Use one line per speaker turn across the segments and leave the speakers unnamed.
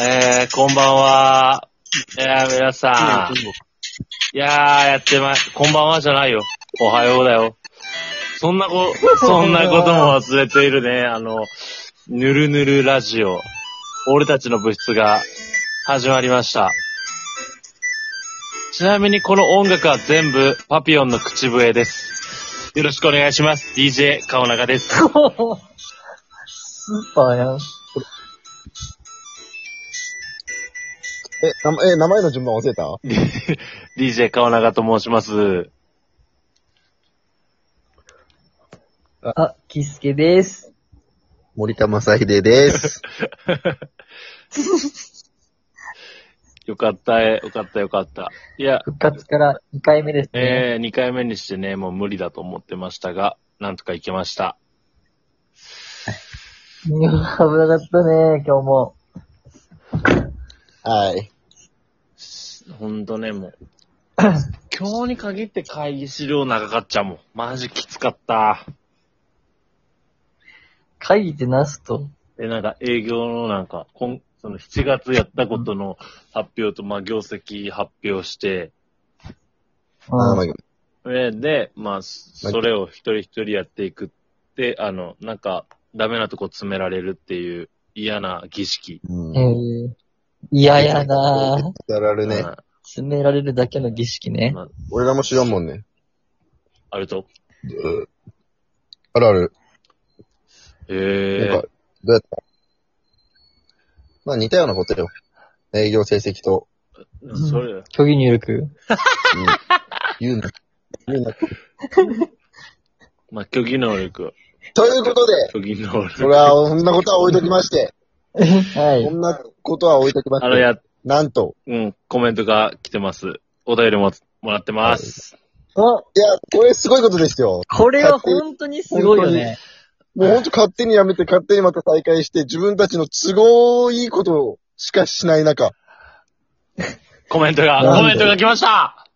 えー、こんばんは。いやー、皆さん。いやー、やってま、こんばんはじゃないよ。おはようだよ。そんなこ、そんなことも忘れているね。あの、ぬるぬるラジオ。俺たちの部室が始まりました。ちなみにこの音楽は全部パピヨンの口笛です。よろしくお願いします。DJ 顔長です。
スーパーやん。
え、名前、え、名前の順番忘れた
DJ 顔長と申します。
あ、キスケです。
森田正秀です。
よかった、えよかった、よかった。いや、
復活から2回目ですね。
えー、2回目にしてね、もう無理だと思ってましたが、なんとかいけました。
いや、危なかったね、今日も。
はい。
ほんとね、 もう。今日に限って会議資料長かっちゃうもん。マジきつかった。
会議ってなすと。
で、なんか営業のなんか、今、その7月やったことの発表と、まあ業績発表して、
あま
う
あ
ん。
で、でまあ、それを一人一人やっていくって、あの、なんか、ダメなとこ詰められるっていう嫌な儀式。
うん。
えー、嫌やなぁ。
やられるね。
うん
詰められるだけの儀式ね。
まあ、
俺らも知らんもんね。
あると。
あるある。
え
なんか、どうやったまあ似たようなことよ。営業成績と。
えそれ、
虚偽入力。
うん、言うな。言うな。
まあ、虚偽能力。
ということで、
虚偽能
そ
力。
れは、そんなことは置いときまして。
は
そ
い。
んなことは置いときま
あ
し
の、
て。
や、
なんと。
うん、コメントが来てます。お便りももらってます。
お
いや、これすごいことですよ。
これは本当にすごいよね。
もうほんと勝手にやめて、勝手にまた再開して、自分たちの都合いいことをしかしない中。
コメントが、
なんで
コメントが来ました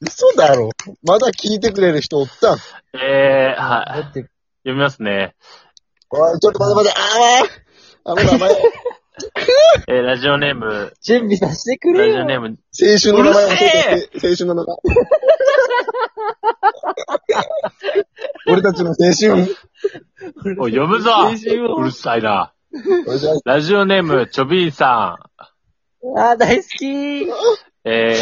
嘘だろ。まだ聞いてくれる人おったん。
えー、
だ
はい。
って、
読みますね。
おい、ちょっと待って待って、あーあの名前、青
えー、ラジオネーム、
準備させてく
ラ
れ
ジオネー
よ。
ム、
春の名前
うる
教
せ
えて、青春の名前。俺たちの青春。
おい、読むぞ
青春を
うるさいな。
おじゃ
ラジオネーム、ちょびーさ
あー、大好きー。
ん。え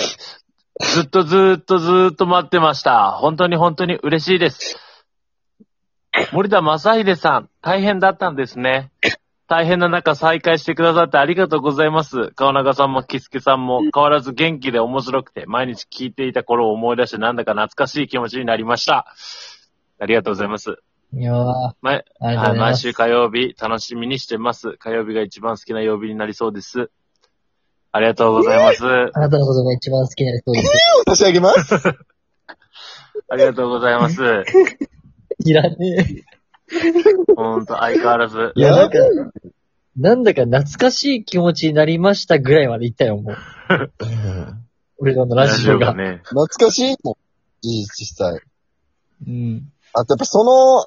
ー、ずっとずーっとずーっと待ってました。本当に本当に嬉しいです。森田正秀さん、大変だったんですね。大変な中再会してくださってありがとうございます。川中さんもキスケさんも変わらず元気で面白くて、毎日聞いていた頃を思い出してなんだか懐かしい気持ちになりました。ありがとうございます。
いやー、
ま
ありがと
は
うご
い、
ざいま
毎
す。
週火曜日、楽しみにしてます。火曜日が一番好きな曜日になりそうです。ありがとうございます。
あなたのことが一番好きな人です。
あ、差し上げます。
ありがとうございます。
いらね
ほんと、相変わらず
え。。いや、なんか、なんだか懐かしい気持ちになりましたぐらいまで行ったよ、もう。俺らのラジオが。
ね。
懐かしいもん。いい、実際。
うん。
あとやっぱその、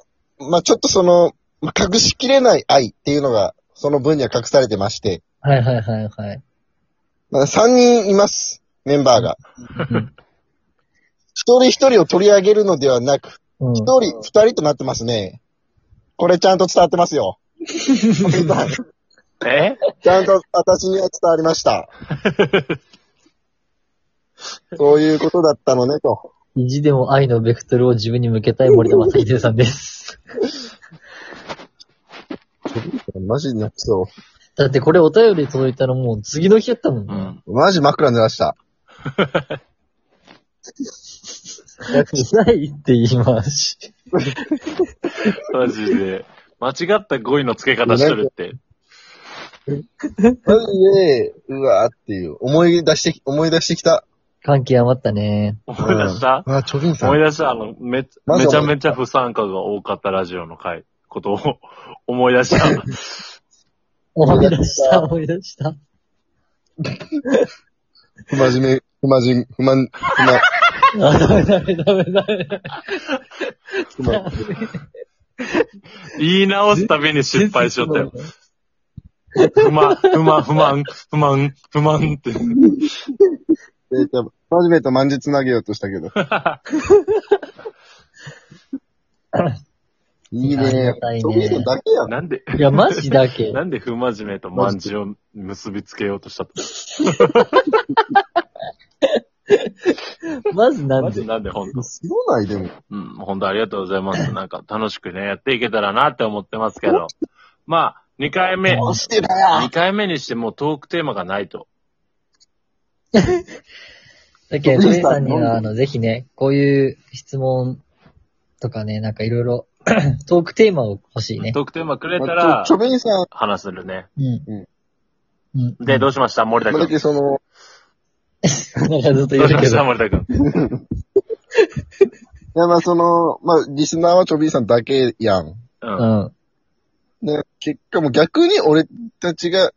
まあ、ちょっとその、まあ隠しきれない愛っていうのが、その分には隠されてまして、
はいはいはいはい。
まあ、3人います、メンバーが。
うん
一人一人を取り上げるのではなく、
うん
一。人、二人となってますね。これちゃんと伝わってますよ。ち
え
ゃんと私には伝わりました。そういうことだったのね、と。
意地でも愛のベクトルを自分に向けたい森田正秀さんです。
マジになそ
だってこれお便り届いたのもう次の日やったもん
う
な。
ん。
う。マジ枕濡らした。
ないって言います。
マジで。間違った語彙の付け方しとるって。
マジで、うわーっていう。思い出してき、思い出してきた。
関係余ったね。
思い出した、
うんうわ、チョビンさ
思い
ん。
出したあの、め、
ま
め
ず
ちゃ
思い
めちゃ不参加が多かったラジオの回、ことを思い出した。
思い出した、思い出した。
不真面目、不真面目、不満、不満、
あ、ダメダメダメダメ。
不満。
言い直すたびに失敗しよったよ。不満、不満、不満、不満、不満って。
えーと、真面目と万術投げようとしたけ ど。いい
あり
ね
がたいね
そういうのだけやん。
なんで、
いや、マジだ け。
なんで不真面目と万事を結びつけようとしたと
まずな
マ
ん
ジ
で。
なんで本当。
すごないでも。
うん、本当ありがとうござい ます。なんか楽しくね、やっていけたらなって思ってますけど。まあ、2回目、
押してだ
2
よ
回目にしてもうトークテーマがないと。
だけど、
ど
ト
う
レ
し
イ
た
さんには、
な
あ
ん
の、ぜひね、こういう質問とかね、なんかいろいろ、 トークテーマを欲しいね。
トークテーマくれた
まあ
ら
ちょ、ちょべんさん、
話するね。
うん。うん。
で、 どう
し
しました森田
まあ
君
だっ。てその、
なんかずっ
ど
と言
う
っ
しま
てるけ
した
ど。
森田君。
いやまあその、まあリスナーはちょびんさんだけやん。
うん。
うん。
で、結果もう逆に俺たちが、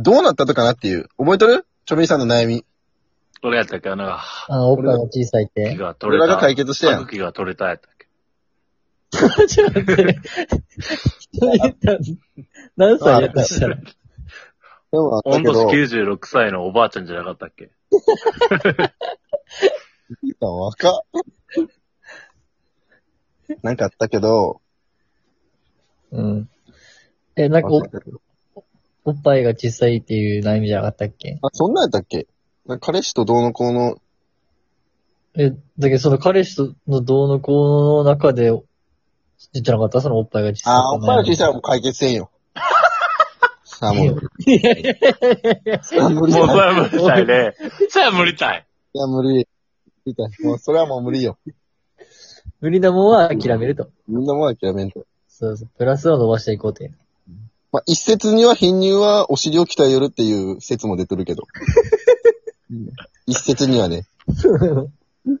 どうなったとかなっていう。覚えとるちょびんさんの悩み。
どれやったっけなんか、
あの、おっぱいが小さいっ
気
て。
が取れ
俺ら
た。
が解決したやん。
吐く気が取れたやったっけ
ちょっと待って。 何歳やったとしたら。
でもあった
御
けど、
年96歳のおばあちゃんじゃなかったっけ
若っ。なんかあったけど、
うん。え、なんかお、
あ、
おっぱいが小さいっていう悩みじゃなかったっけ
そんなんやったっけなんか彼氏とどうのこうの、
え、だけどその彼氏とのどうのこうの中で、ちっちゃなかったそのおっぱいが小さい。
あー、おっぱいが小さいはもう解決せんよ。あ、もう。
いやいやいやい
あ無理
もうそれ
だ。
は無理たいね。それは無理たい。
いや、無理。みたい。もう、それはもう無理よ。
や無理なもんは諦めると。
みんなもう諦めんと。
そうそう。プラスを伸ばしていこうって。
まあ、一説には貧乳はお尻を鍛えよるっていう説も出てる けど。うん一説にはね。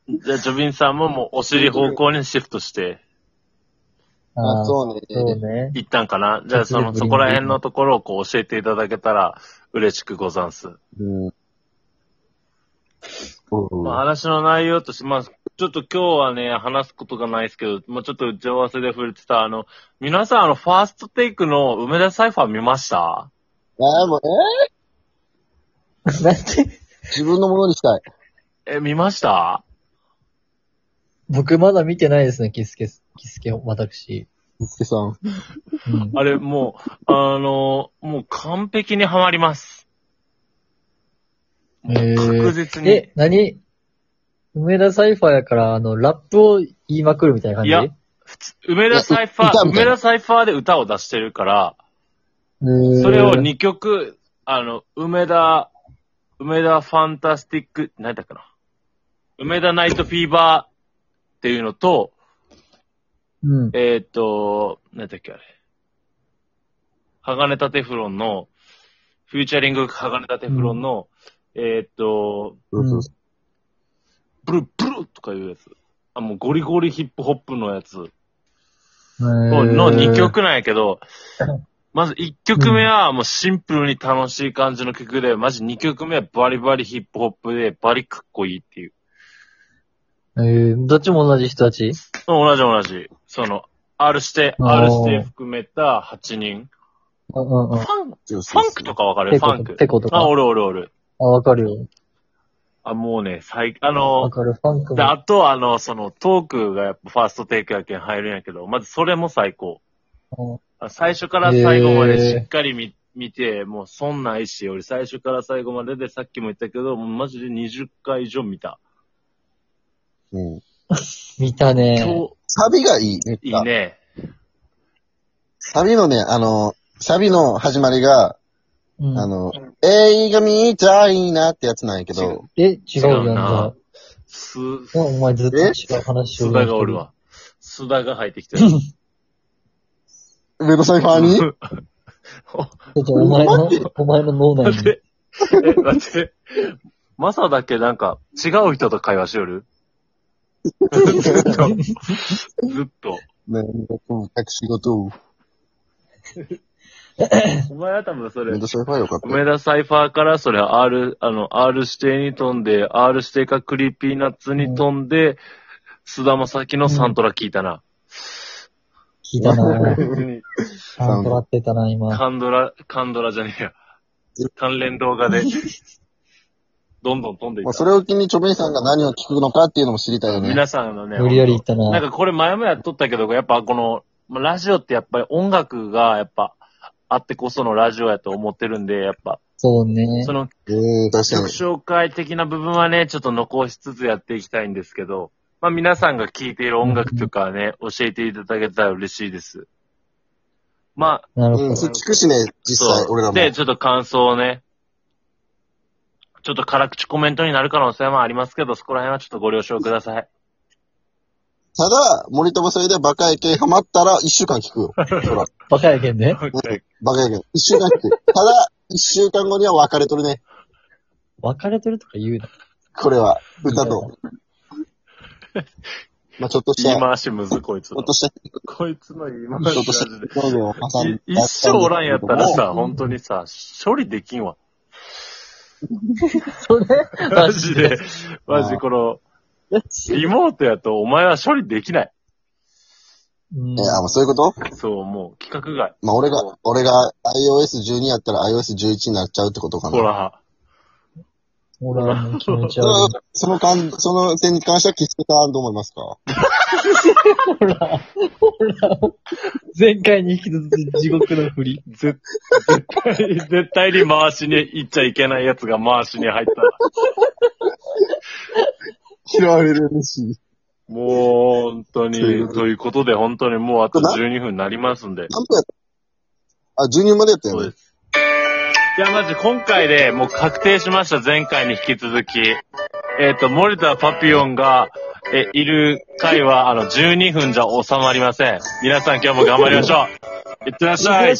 じゃあ、ジョビンさんももうお尻方向にシフトして
ま
あ
あ、
あ、そ
そうね。
う
い
ね。
ったんかなじゃあ、その、そこら辺のところをこう教えていただけたら嬉しくござんす。
うん。うん
まあ、話の内容として、まあ、ちょっと今日はね、話すことがないですけど、もうちょっと打ち合わせで触れてた、あの、皆さん、あの、ファーストテイクの梅田サイファー見ました
ああ、もう、え
なんて、
ー自分のものにしたい。
え、見ました
僕まだ見てないですね、キスケ、キスケ、私。
すけさん。
うん。
あれ、もう、あの、もう完璧にはまります。もう
へー
確実に。
え、何梅田サイファーやから、あの、ラップを言いまくるみたいな感じ
いや梅田サイファ
いや
ー、
う歌みたい
梅
な
田サイファーで歌を出してるから、
そ
それを2曲、あの、梅田、梅田ファンタスティック、何だっけな。梅田ナイトフィーバーっていうのと、
うん。
えーっ、と、何だっけあれ。鋼たテフロンの、フューチャリング鋼たテフロンの、えーっ、と、
うん
ブルブルとかいうやつ。あ、もうゴリゴリヒップホップのやつ。の
の
2。曲なんやけど、まず1曲目はもうシンプルに楽しい感じの曲で、まじ2曲目はバリバリヒップホップで、バリかっこいいっていう。
えー、どっちも同じ人たち
同じ同じ。その、R して、
おー
R して含めた8人。
うんうん
フ
うん。あ、
ァンク、
フ
ファンクとかわかる
ペ
フ
コと
ァンク。
ペコとか
あ、おるおるおる。
わかるよ。
あ、もうね、最、あ
わ
の、
かる。ファンク
で、
も。
あとあの、そのトークがやっぱファーストテイクやけん入るんやけど、まずそれも最高。あ最初から最後までしっかり見,、見て、もうそんないし、俺最初から最後まででさっきも言ったけど、もうマジで20回以上見た。
うん。
見たね。
超
サビがいい。めっ
い
ちゃ
いね。
サビのね、あの、サビの始まりが、
うん
あの、映画見たいなってやつなんやけ
違う
ど、
え、違う
違
よ
う
な
な。す、
おお前ずっと違う話を。
須田がおる。わ。須田が入ってきてる。
上のサイファーに
ちょっとお前の、お前の脳内
待っ
に。
て、え、待って。マサだけなんか違う人と会話しよるずっと。ずっと。
ね、うん隠し事を。
お前は多分それ
上、のサイファーよかった。
梅田サイファーから、それ R、あの、R 指定に飛んで、R 指定かクリーピーナッツに飛んで、菅田将暉のサントラ聞いたな。。
聞いたな
に
サントラってたな、今。
カンドラ、カンドラじゃねえや。関連動画で、どんどん飛んでい
まあ、
った
そ。れを機に、チョベイさんが何を聞くのかっていうのも知りたいよね。
皆さんのね、
無理やり言った
なん
な。
かこれ前もやっとったけど、やっぱこの、まあラジオってやっぱり音楽がやっぱあってこそのラジオやと思ってるんで、やっぱ、
そうね
そ。の
うん、確か
曲
に。
紹介的な部分はね、ちょっと残しつつやっていきたいんですけど、まあ皆さんが聴いている音楽とかね、教えていただけたら嬉しいです。まあ、
なるほ
うん、
ど。
それ聞くしね、実際、俺らも。
で、ちょっと感想をね、ちょっと辛口コメントになる可能性もありますけど、そこら辺はちょっとご了承くだ さい。
ただ、森友それでバカやけハマったら一週間聞くよ。ほら、
バカやけんね。
バカやけ一週間聞く。ただ、一週間後には別れとるね。
別れてるとか言うな。
これは、歌と。まあ、ちょっとし
言い
た、
回しむず、こいつ
ちょ
の
っ。とした、
こいつの言い
ち
回
ょっ
し
と
マジ
し
で。
た、農業を挟ん
い一生おらんやったらさ、本当にさ、処理でき んわ。
それ
マジで。、マジ
あー
この、
マジで
リモートやとお前は処理できない。
うん
え、あ、もうそういうこと
そう、もう、規格外。
まあ、俺が、俺が iOS12 やったら iOS11 になっちゃうってことかな。
ほら、
ほら、もう気持ち
そ
悪
の。その感、その点に関しては、キスケさんどう思いますか
い。ほら、ほら、 前回に引き続き地獄の振り。
絶絶対、絶対に回しに行っちゃいけないやつが回しに入ったら。
嫌われるらしい。
もう、本当に
そういうこ、と
ということで、本当にもうあと12分になりますんで。
何分やったあ、12までやった
そ
よ
う
ね
で。す。いや、まず今回でもう確定しました。前回に引き続き。えっ、と、森田パピオンが、え、いる回は、あの、12分じゃ収まりません。皆さん今日も頑張りましょう。いってらっしゃい。